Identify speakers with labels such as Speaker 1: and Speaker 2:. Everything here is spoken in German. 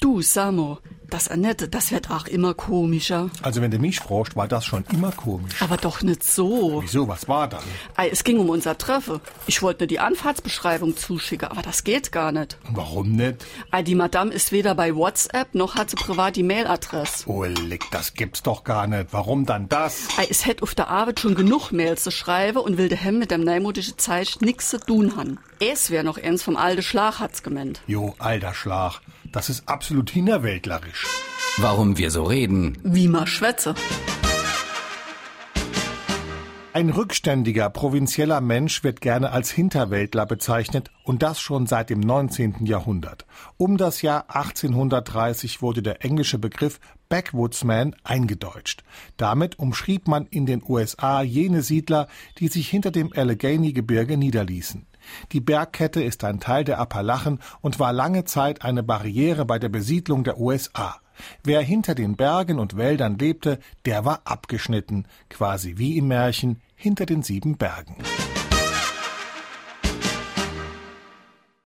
Speaker 1: du, sag mal, das Annette, das wird auch immer komischer.
Speaker 2: Also wenn du mich fragst, war das schon immer komisch.
Speaker 1: Aber doch nicht so.
Speaker 2: Wieso, was war dann?
Speaker 1: Ei, es ging um unser Treffen. Ich wollte nur die Anfahrtsbeschreibung zuschicken, aber das geht gar nicht.
Speaker 2: Und warum nicht?
Speaker 1: Ei, die Madame ist weder bei WhatsApp noch hat sie privat die Mailadresse.
Speaker 2: Oh, leck, das gibt's doch gar nicht. Warum dann das?
Speaker 1: Ei, es hätt auf der Arbeit schon genug Mails zu schreiben und will der Hemm mit dem neumodischen Zeichen nix zu tun haben. Es wär noch eins vom alten Schlag hat's gemeint.
Speaker 2: Jo, alter Schlag. Das ist absolut hinterwäldlerisch.
Speaker 3: Warum wir so reden.
Speaker 1: Wie ma schwätze.
Speaker 2: Ein rückständiger, provinzieller Mensch wird gerne als Hinterwäldler bezeichnet und das schon seit dem 19. Jahrhundert. Um das Jahr 1830 wurde der englische Begriff Backwoodsman eingedeutscht. Damit umschrieb man in den USA jene Siedler, die sich hinter dem Allegheny-Gebirge niederließen. Die Bergkette ist ein Teil der Appalachen und war lange Zeit eine Barriere bei der Besiedlung der USA. Wer hinter den Bergen und Wäldern lebte, der war abgeschnitten, quasi wie im Märchen hinter den sieben Bergen.